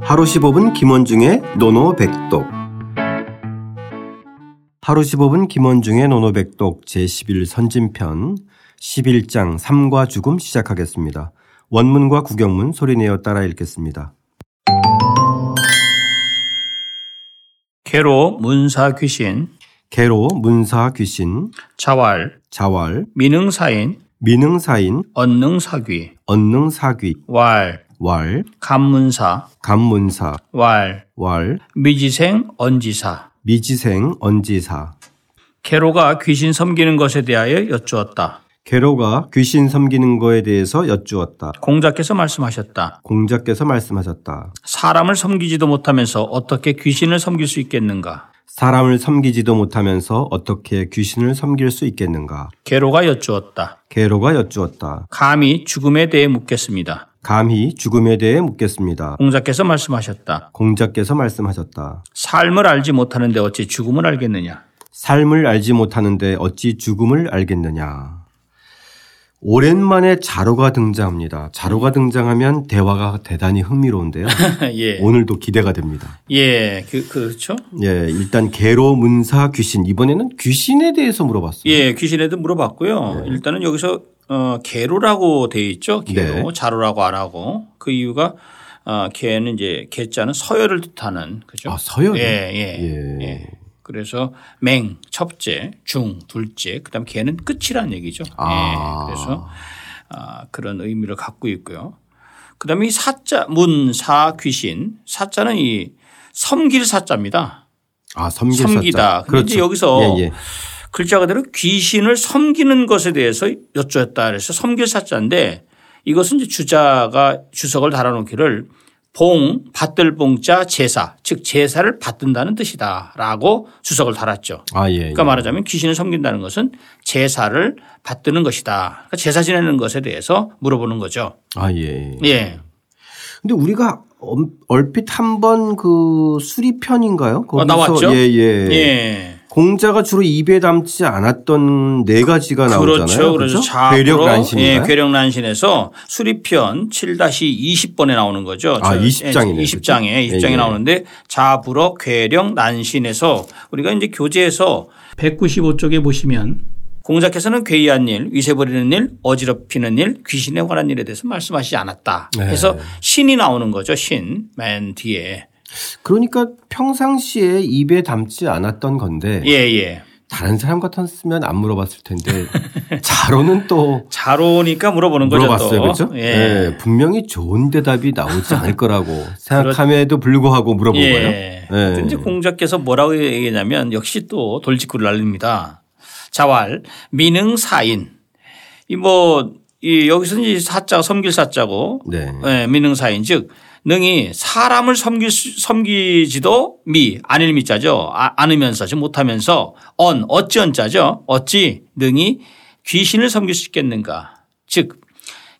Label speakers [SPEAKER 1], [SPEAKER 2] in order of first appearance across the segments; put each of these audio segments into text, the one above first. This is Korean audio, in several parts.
[SPEAKER 1] 하루 15분 김원중의 노노백독 하루 15분 김원중의 노노백독 제11선진편 11장 삶과 죽음 시작하겠습니다. 원문과 구경문 소리내어 따라 읽겠습니다.
[SPEAKER 2] 괴로 문사 귀신,
[SPEAKER 1] 개로 문사 귀신,
[SPEAKER 2] 자활,
[SPEAKER 1] 자활,
[SPEAKER 2] 미능사인,
[SPEAKER 1] 미능사인,
[SPEAKER 2] 언능사귀,
[SPEAKER 1] 언능사귀,
[SPEAKER 2] 왈,
[SPEAKER 1] 왈,
[SPEAKER 2] 감문사,
[SPEAKER 1] 감문사,
[SPEAKER 2] 왈,
[SPEAKER 1] 왈,
[SPEAKER 2] 미지생, 언지사.
[SPEAKER 1] 미지생, 언지사.
[SPEAKER 2] 괴로가 귀신 섬기는 것에 대하여 여쭈었다.
[SPEAKER 1] 개로가 귀신 섬기는 거에 대해서 여쭈었다.
[SPEAKER 2] 공자께서 말씀하셨다.
[SPEAKER 1] 공자께서 말씀하셨다.
[SPEAKER 2] 사람을 섬기지도 못하면서 어떻게 귀신을 섬길 수 있겠는가?
[SPEAKER 1] 사람을 섬기지도 못하면서 어떻게 귀신을 섬길 수 있겠는가?
[SPEAKER 2] 괴로가 여쭈었다.
[SPEAKER 1] 게로가 여쭈었다.
[SPEAKER 2] 감히 죽음에 대해 묻겠습니다.
[SPEAKER 1] 감히 죽음에 대해 묻겠습니다.
[SPEAKER 2] 공자께서 말씀하셨다.
[SPEAKER 1] 공자께서 말씀하셨다.
[SPEAKER 2] 삶을 알지 못하는데 어찌 죽음을 알겠느냐?
[SPEAKER 1] 삶을 알지 못하는데 어찌 죽음을 알겠느냐? 오랜만에 자로가 등장합니다. 자로가 등장하면 대화가 대단히 흥미로운데요.
[SPEAKER 2] 예.
[SPEAKER 1] 오늘도 기대가 됩니다.
[SPEAKER 2] 예, 그, 그렇죠?
[SPEAKER 1] 예, 일단 게로 문사 귀신 이번에는 귀신에 대해서 물어봤습니다.
[SPEAKER 2] 예, 귀신에도
[SPEAKER 1] 네.
[SPEAKER 2] 물어봤고요. 일단은 여기서 어, 개로라고 돼 있죠. 개로, 자로라고 안 하고 그 이유가 어, 개는 이제 개자는 서열을 뜻하는 그죠.
[SPEAKER 1] 아, 서열이요?
[SPEAKER 2] 예, 예,
[SPEAKER 1] 예.
[SPEAKER 2] 예. 그래서 맹 첫째, 중 둘째, 그다음 개는 끝이라는 얘기죠.
[SPEAKER 1] 아.
[SPEAKER 2] 예, 그래서 아, 그런 의미를 갖고 있고요. 그다음에 이 사자 문사 귀신 사자는 이 섬길 사자입니다.
[SPEAKER 1] 아, 섬길
[SPEAKER 2] 섬기다.
[SPEAKER 1] 사자.
[SPEAKER 2] 그런데 이제 여기서
[SPEAKER 1] 예, 예.
[SPEAKER 2] 글자 그대로 귀신을 섬기는 것에 대해서 여쭈었다 그래서 섬길 사자인데 이것은 이제 주자가 주석을 달아놓기를 봉, 받들 봉자 제사 즉 제사를 받든다는 뜻이다라고 주석을 달았죠.
[SPEAKER 1] 아, 예. 예.
[SPEAKER 2] 그러니까 말하자면 귀신을 섬긴다는 것은 제사를 받드는 것이다. 그러니까 제사 지내는 것에 대해서 물어보는 거죠.
[SPEAKER 1] 아, 예.
[SPEAKER 2] 예.
[SPEAKER 1] 근데 우리가 엄- 얼핏 한 번 그 수리편인가요? 거기서
[SPEAKER 2] 아, 나왔죠?
[SPEAKER 1] 예, 예.
[SPEAKER 2] 예.
[SPEAKER 1] 공자가 주로 입에 담지 않았던 네 가지가 나오잖아요.
[SPEAKER 2] 그렇죠. 그래서 자로
[SPEAKER 1] 괴력 난신인가요?
[SPEAKER 2] 예, 괴력 난신에서 수리편 7-20번에 나오는 거죠.
[SPEAKER 1] 아,
[SPEAKER 2] 저,
[SPEAKER 1] 20 장이네요.
[SPEAKER 2] 예, 20장에
[SPEAKER 1] 그렇죠?
[SPEAKER 2] 20장에
[SPEAKER 1] 예, 예.
[SPEAKER 2] 나오는데 자불어 괴력 난신에서 우리가 이제 교재에서 195쪽에 보시면 공자께서는 괴이한 일, 위세버리는 일, 어지럽히는 일, 귀신에 관한 일에 대해서 말씀하시지 않았다.
[SPEAKER 1] 네.
[SPEAKER 2] 그래서 신이 나오는 거죠. 신. 맨 뒤에.
[SPEAKER 1] 그러니까 평상시에 입에 담지 않았던 건데
[SPEAKER 2] 예, 예.
[SPEAKER 1] 다른 사람 같았으면 안 물어봤을 텐데 자로는 또
[SPEAKER 2] 자로니까 물어보는 거죠.
[SPEAKER 1] 물어봤어요.
[SPEAKER 2] 또.
[SPEAKER 1] 그렇죠?
[SPEAKER 2] 예.
[SPEAKER 1] 예, 분명히 좋은 대답이 나오지 않을 거라고 생각함에도 불구하고 물어본 거예요. 네.
[SPEAKER 2] 예. 근데 이제 공자께서 뭐라고 얘기냐면 역시 또 돌직구를 날립니다. 자활 미능 사인 이 뭐 이 여기서는 이 사자 섬길 사자고
[SPEAKER 1] 네.
[SPEAKER 2] 예, 미능 사인 즉 능이 사람을 섬길 수- 섬기지도 미 안일 미자죠 아, 안으면서 즉 못하면서 언 어찌 언자죠 어찌 능이 귀신을 섬길 수 있겠는가 즉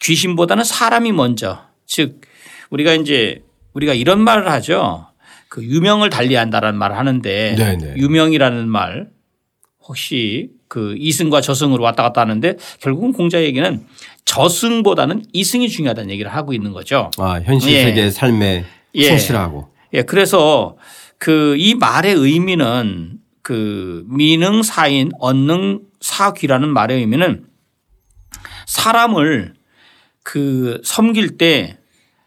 [SPEAKER 2] 귀신보다는 사람이 먼저 즉 우리가 이제 우리가 이런 말을 하죠. 그 유명을 달리한다라는 말을 하는데
[SPEAKER 1] 네네.
[SPEAKER 2] 유명이라는 말 혹시 그 이승과 저승으로 왔다 갔다 하는데 결국은 공자 얘기는 저승보다는 이승이 중요하다는 얘기를 하고 있는 거죠.
[SPEAKER 1] 아, 현실
[SPEAKER 2] 예.
[SPEAKER 1] 세계의 삶에
[SPEAKER 2] 예.
[SPEAKER 1] 충실하고.
[SPEAKER 2] 예, 그래서 그 이 말의 의미는 그 미능 사인 언능 사귀라는 말의 의미는 사람을 그 섬길 때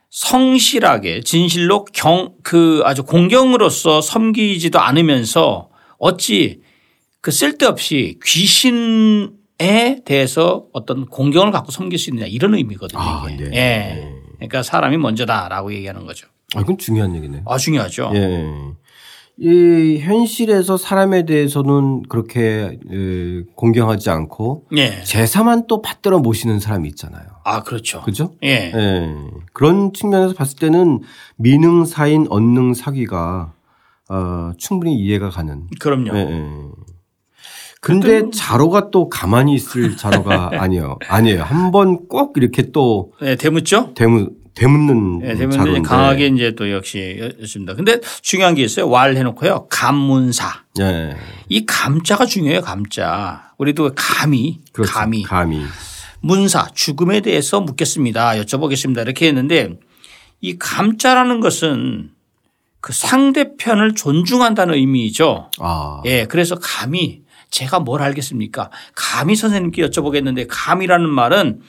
[SPEAKER 2] 성실하게 진실로 경 그 아주 공경으로서 섬기지도 않으면서 어찌 그 쓸데없이 귀신에 대해서 어떤 공경을 갖고 섬길 수 있느냐 이런 의미거든요.
[SPEAKER 1] 아,
[SPEAKER 2] 이게.
[SPEAKER 1] 네.
[SPEAKER 2] 예. 그러니까 사람이 먼저다라고 얘기하는 거죠.
[SPEAKER 1] 아, 이건 중요한 얘기네요.
[SPEAKER 2] 아 중요하죠.
[SPEAKER 1] 예. 이 현실에서 사람에 대해서는 그렇게 예, 공경하지 않고
[SPEAKER 2] 예.
[SPEAKER 1] 제사만 또 받들어 모시는 사람이 있잖아요.
[SPEAKER 2] 아 그렇죠.
[SPEAKER 1] 그죠?
[SPEAKER 2] 예.
[SPEAKER 1] 예. 그런 측면에서 봤을 때는 미능사인 언능 사기가 어, 충분히 이해가 가는.
[SPEAKER 2] 그럼요.
[SPEAKER 1] 예, 예. 근데 자로가 또 가만히 있을 자로가 아니요. 아니에요. 한 번 꼭 이렇게 또
[SPEAKER 2] 예, 대묻죠.
[SPEAKER 1] 대문 대묻는
[SPEAKER 2] 예, 대묻는
[SPEAKER 1] 자로인데.
[SPEAKER 2] 이제 강하게 이제 또 역시 있습니다. 근데 중요한 게 있어요. 왈 해놓고요. 감문사.
[SPEAKER 1] 예.
[SPEAKER 2] 이 감자가 중요해요. 감자. 우리도 감이
[SPEAKER 1] 그렇죠.
[SPEAKER 2] 감이
[SPEAKER 1] 감히.
[SPEAKER 2] 문사 죽음에 대해서 묻겠습니다. 여쭤보겠습니다. 이렇게 했는데 이 감자라는 것은 그 상대편을 존중한다는 의미이죠.
[SPEAKER 1] 아,
[SPEAKER 2] 예, 그래서 감히 제가 뭘 알겠습니까? 감히 선생님께 여쭤보겠는데 감이라는 말은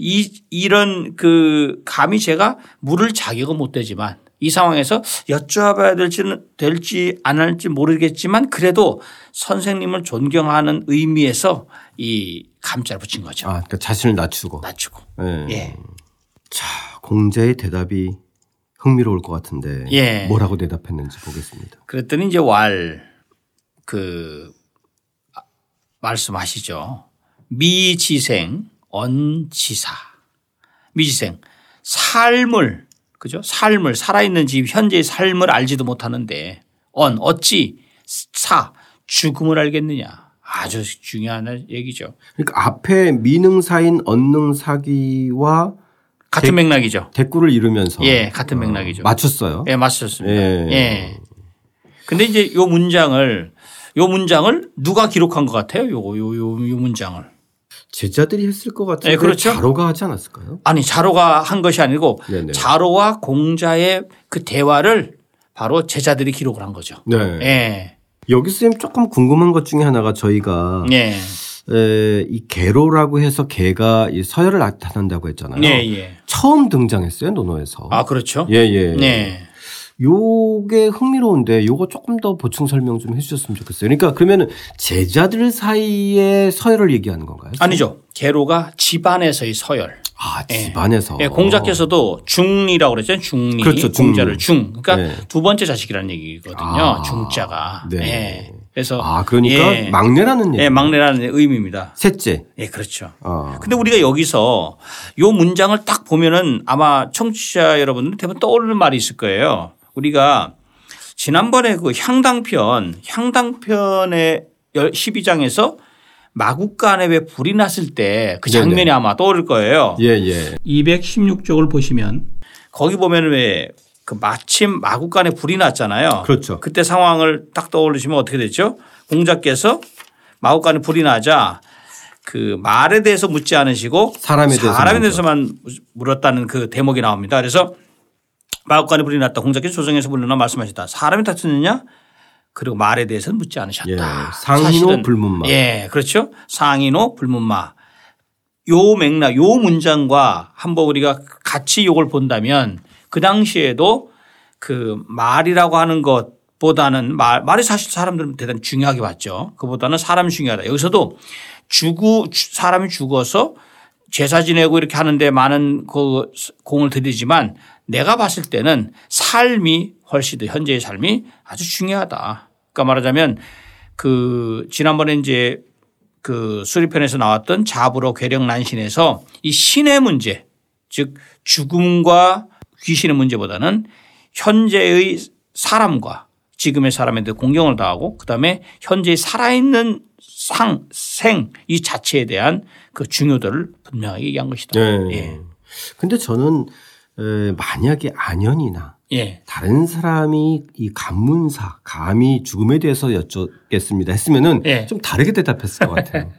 [SPEAKER 2] 이 이런 그 감히 제가 물을 자격은 못 되지만 이 상황에서 여쭤봐야 될지는 될지 안 할지 모르겠지만 그래도 선생님을 존경하는 의미에서 이 감자를 붙인 거죠.
[SPEAKER 1] 아, 그러니까 자신을 낮추고.
[SPEAKER 2] 낮추고.
[SPEAKER 1] 예.
[SPEAKER 2] 예.
[SPEAKER 1] 자, 공자의 대답이 흥미로울 것 같은데
[SPEAKER 2] 예.
[SPEAKER 1] 뭐라고 대답했는지 보겠습니다.
[SPEAKER 2] 그랬더니 이제 왈 그 말씀하시죠. 미지생 언지사. 미지생 삶을 그죠? 삶을 살아있는 집 현재의 삶을 알지도 못하는데 언 어찌 사 죽음을 알겠느냐. 아주 중요한 얘기죠.
[SPEAKER 1] 그러니까 앞에 미능사인 언능사기와
[SPEAKER 2] 같은 맥락이죠.
[SPEAKER 1] 대꾸를 이루면서
[SPEAKER 2] 예, 같은
[SPEAKER 1] 어,
[SPEAKER 2] 맥락이죠.
[SPEAKER 1] 맞췄어요.
[SPEAKER 2] 예, 맞으셨습니다.
[SPEAKER 1] 예.
[SPEAKER 2] 예. 근데 이제 요 문장을 요 문장을 누가 기록한 것 같아요? 요거 요요 요, 요 문장을.
[SPEAKER 1] 제자들이 했을 것 같은데
[SPEAKER 2] 예, 그렇죠.
[SPEAKER 1] 자로가 하지 않았을까요?
[SPEAKER 2] 아니 자로가 한 것이 아니고
[SPEAKER 1] 네네.
[SPEAKER 2] 자로와 공자의 그 대화를 바로 제자들이 기록을 한 거죠.
[SPEAKER 1] 네.
[SPEAKER 2] 예.
[SPEAKER 1] 여기 선생님 조금 궁금한 것 중에 하나가 저희가
[SPEAKER 2] 예.
[SPEAKER 1] 에, 이 개로라고 해서 개가 이 서열을 나타난다고 했잖아요.
[SPEAKER 2] 예, 예.
[SPEAKER 1] 처음 등장했어요 논어에서.
[SPEAKER 2] 아, 그렇죠.
[SPEAKER 1] 예, 예.
[SPEAKER 2] 네.
[SPEAKER 1] 요게 흥미로운데 요거 조금 더 보충 설명 좀 해주셨으면 좋겠어요. 그러니까 그러면은 제자들 사이에 서열을 얘기하는 건가요?
[SPEAKER 2] 아니죠. 개로가 집안에서의 서열.
[SPEAKER 1] 아, 집안에서.
[SPEAKER 2] 예, 공자께서도 중리라고 그랬잖아요. 중리.
[SPEAKER 1] 그렇죠, 중리.
[SPEAKER 2] 공자를 중. 그러니까
[SPEAKER 1] 네.
[SPEAKER 2] 두 번째 자식이라는 얘기거든요.
[SPEAKER 1] 아,
[SPEAKER 2] 중자가.
[SPEAKER 1] 네.
[SPEAKER 2] 예. 그래서
[SPEAKER 1] 아, 그러니까
[SPEAKER 2] 예.
[SPEAKER 1] 막내라는 얘기.
[SPEAKER 2] 예, 막내라는 의미입니다.
[SPEAKER 1] 셋째.
[SPEAKER 2] 예, 그렇죠.
[SPEAKER 1] 아,
[SPEAKER 2] 근데 우리가 여기서 요 문장을 딱 보면은 아마 청취자 여러분들 대부분 떠오르는 말이 있을 거예요. 우리가 지난번에 그 향당편, 향당편의 12장에서 마국간에 왜 불이 났을 때 그
[SPEAKER 1] 네네.
[SPEAKER 2] 장면이 아마 떠오를 거예요.
[SPEAKER 1] 예, 예.
[SPEAKER 2] 216쪽을 보시면 거기 보면 왜 그 마침 마국간에 불이 났잖아요.
[SPEAKER 1] 그렇죠.
[SPEAKER 2] 그때 상황을 딱 떠올리시면 어떻게 됐죠? 공자께서 마국간에 불이 나자 그 말에 대해서 묻지 않으시고
[SPEAKER 1] 사람에 대해서 먼저.
[SPEAKER 2] 만 물었다는 그 대목이 나옵니다. 그래서 마국간에 불이 났다. 공자께서 조정에서 불러나 말씀하셨다. 사람이 다쳤느냐? 그리고 말에 대해서는 묻지 않으셨다.
[SPEAKER 1] 예. 상인호
[SPEAKER 2] 사실은
[SPEAKER 1] 불문마.
[SPEAKER 2] 예, 그렇죠. 상인호 불문마. 요 맥락, 요 문장과 한번 우리가 같이 요걸 본다면 그 당시에도 그 말이라고 하는 것보다는 말, 말이 사실 사람들은 대단히 중요하게 봤죠. 그보다는 사람이 중요하다. 여기서도 죽어, 주- 사람이 죽어서 제사 지내고 이렇게 하는데 많은 그 공을 들이지만 내가 봤을 때는 삶이 훨씬 더 현재의 삶이 아주 중요하다. 그러니까 말하자면 그 지난번에 이제 그 수리편에서 나왔던 자부로 괴력 난신에서 이 신의 문제 즉 죽음과 귀신의 문제보다는 현재의 사람과 지금의 사람한테 공경을 당하고 그다음에 현재 살아있는 상, 생, 이 자체에 대한 그 중요도를 분명하게 얘기한 것이다.
[SPEAKER 1] 예.
[SPEAKER 2] 예.
[SPEAKER 1] 근데 저는 에, 만약에 안연이나
[SPEAKER 2] 예.
[SPEAKER 1] 다른 사람이 이 간문사 감히 죽음에 대해서 여쭙겠습니다 했으면은
[SPEAKER 2] 예.
[SPEAKER 1] 좀 다르게 대답했을 것 같아요.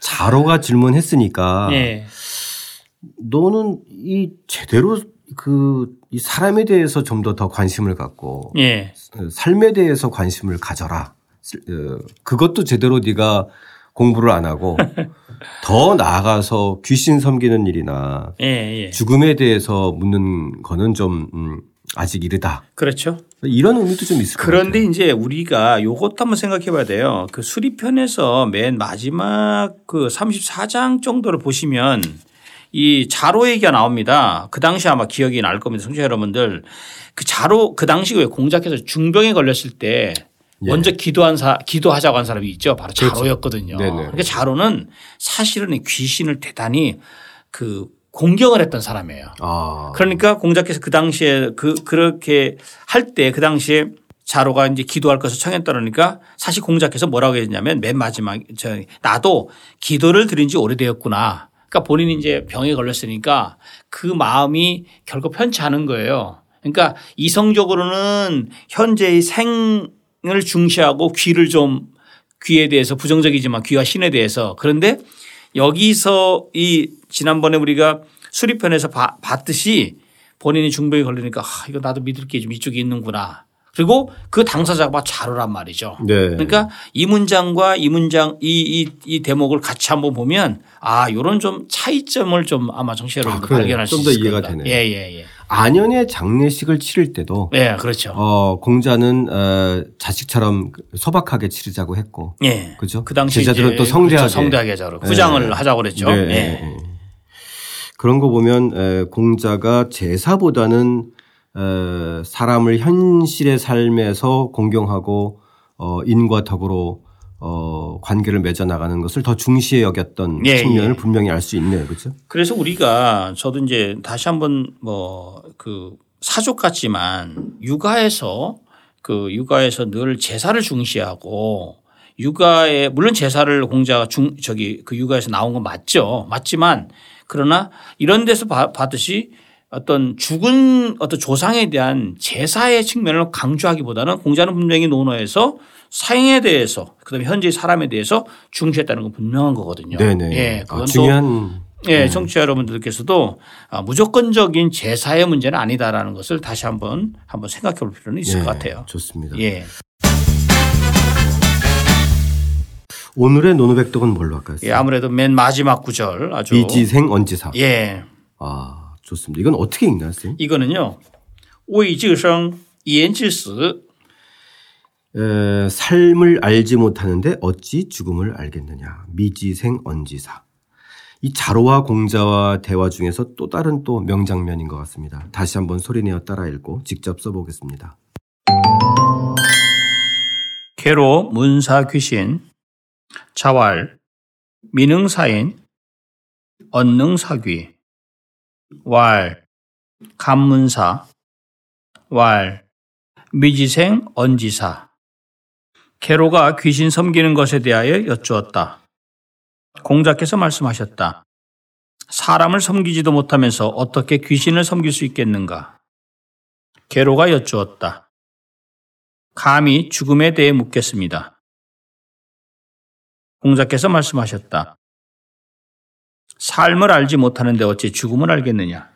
[SPEAKER 1] 자로가 질문했으니까
[SPEAKER 2] 예.
[SPEAKER 1] 너는 이 제대로 그 이 사람에 대해서 좀 더 더 관심을 갖고
[SPEAKER 2] 예.
[SPEAKER 1] 삶에 대해서 관심을 가져라. 어, 그것도 제대로 네가 공부를 안 하고 더 나아가서 귀신 섬기는 일이나
[SPEAKER 2] 예. 예.
[SPEAKER 1] 죽음에 대해서 묻는 거는 좀 음, 아직 이르다.
[SPEAKER 2] 그렇죠.
[SPEAKER 1] 이런 의미도 좀 있을 것 같아요.
[SPEAKER 2] 그런데 이제 우리가 요것도 한번 생각해 봐야 돼요. 그 수리편에서 맨 마지막 그 34장 정도를 보시면 이 자로 얘기가 나옵니다. 그 당시 아마 기억이 날 겁니다. 성취자 여러분들. 그 자로 그 당시 왜 공작해서 중병에 걸렸을 때
[SPEAKER 1] 예.
[SPEAKER 2] 먼저 기도한 사, 기도하자고 한 사람이 있죠. 바로
[SPEAKER 1] 그렇죠.
[SPEAKER 2] 자로였거든요.
[SPEAKER 1] 네네.
[SPEAKER 2] 그러니까 자로는 사실은 이 귀신을 대단히 그 공경을 했던 사람이에요.
[SPEAKER 1] 아,
[SPEAKER 2] 그러니까 공자께서 그 당시에 그 그렇게 할 때 그 당시에 자로가 이제 기도할 것을 청했다 그러니까 사실 공자께서 뭐라고 했냐면 맨 마지막 저 나도 기도를 드린 지 오래되었구나. 그러니까 본인이 이제 병에 걸렸으니까 그 마음이 결국 편치 않은 거예요. 그러니까 이성적으로는 현재의 생을 중시하고 귀를 좀 귀에 대해서 부정적이지만 귀와 신에 대해서 그런데 여기서 이 지난번에 우리가 수리편에서 봐- 봤듯이 본인이 중병에 걸리니까 아, 이거 나도 믿을 게 좀 이쪽에 있는구나. 그리고 그 당사자가 자로란 말이죠.
[SPEAKER 1] 네.
[SPEAKER 2] 그러니까 이 문장과 이 문장 이 이 이 대목을 같이 한번 보면 아 요런 좀 차이점을 좀 아마 정치로
[SPEAKER 1] 아, 그래요.
[SPEAKER 2] 발견할 수
[SPEAKER 1] 좀더
[SPEAKER 2] 있을
[SPEAKER 1] 이해가
[SPEAKER 2] 겁니다.
[SPEAKER 1] 되네요.
[SPEAKER 2] 예예예. 예,
[SPEAKER 1] 안연의 장례식을 치를 때도
[SPEAKER 2] 예, 그렇죠.
[SPEAKER 1] 어, 공자는 어, 자식처럼 소박하게 치르자고 했고
[SPEAKER 2] 예.
[SPEAKER 1] 그죠?
[SPEAKER 2] 그 당시
[SPEAKER 1] 그렇죠? 제자들은
[SPEAKER 2] 이제
[SPEAKER 1] 또 성대하게.
[SPEAKER 2] 그렇죠. 성대하게 하자고
[SPEAKER 1] 예.
[SPEAKER 2] 후장을 하자고 그랬죠.
[SPEAKER 1] 네,
[SPEAKER 2] 예.
[SPEAKER 1] 네, 네. 그런 거 보면 에, 공자가 제사보다는 에, 사람을 현실의 삶에서 공경하고 어, 인과 덕으로 어, 관계를 맺어 나가는 것을 더 중시해 여겼던
[SPEAKER 2] 예,
[SPEAKER 1] 측면을
[SPEAKER 2] 예.
[SPEAKER 1] 분명히 알 수 있네요, 그렇죠?
[SPEAKER 2] 그래서 우리가 저도 이제 다시 한번 뭐 그 사족 같지만 육아에서 그 육아에서 늘 제사를 중시하고 육아에 물론 제사를 공자가 중 저기 그 육아에서 나온 건 맞죠. 맞지만 그러나 이런 데서 봐- 봤듯이 어떤 죽은 어떤 조상에 대한 제사의 측면을 강조하기보다는 공자는 분명히 논어에서 사행에 대해서 그다음에 현재 사람에 대해서 중시했다는 건 분명한 거거든요.
[SPEAKER 1] 네네.
[SPEAKER 2] 예,
[SPEAKER 1] 아,
[SPEAKER 2] 그건 또
[SPEAKER 1] 중요한
[SPEAKER 2] 예, 청취자 여러분들께서도 아, 무조건적인 제사의 문제는 아니다라는 것을 다시 한번 한번 생각해 볼 필요는 있을
[SPEAKER 1] 예,
[SPEAKER 2] 것 같아요.
[SPEAKER 1] 좋습니다.
[SPEAKER 2] 예.
[SPEAKER 1] 오늘의 노노백독은 뭘로 할까요?
[SPEAKER 2] 예, 아무래도 맨 마지막 구절 아주
[SPEAKER 1] 이지생 언지사.
[SPEAKER 2] 예.
[SPEAKER 1] 아 좋습니다. 이건 어떻게 읽나요, 선생님?
[SPEAKER 2] 이거는요. 오이지성 이엔지스
[SPEAKER 1] 에, 삶을 알지 못하는데 어찌 죽음을 알겠느냐. 미지생 언지사. 이 자로와 공자와 대화 중에서 또 다른 또 명장면인 것 같습니다. 다시 한번 소리내어 따라 읽고 직접 써보겠습니다.
[SPEAKER 2] 괴로 문사 귀신 자활 민응사인 언능사귀 왈 감문사 왈 미지생 언지사 괴로가 귀신 섬기는 것에 대하여 여쭈었다. 공자께서 말씀하셨다. 사람을 섬기지도 못하면서 어떻게 귀신을 섬길 수 있겠는가? 괴로가 여쭈었다. 감히 죽음에 대해 묻겠습니다. 공자께서 말씀하셨다. 삶을 알지 못하는데 어찌 죽음을 알겠느냐?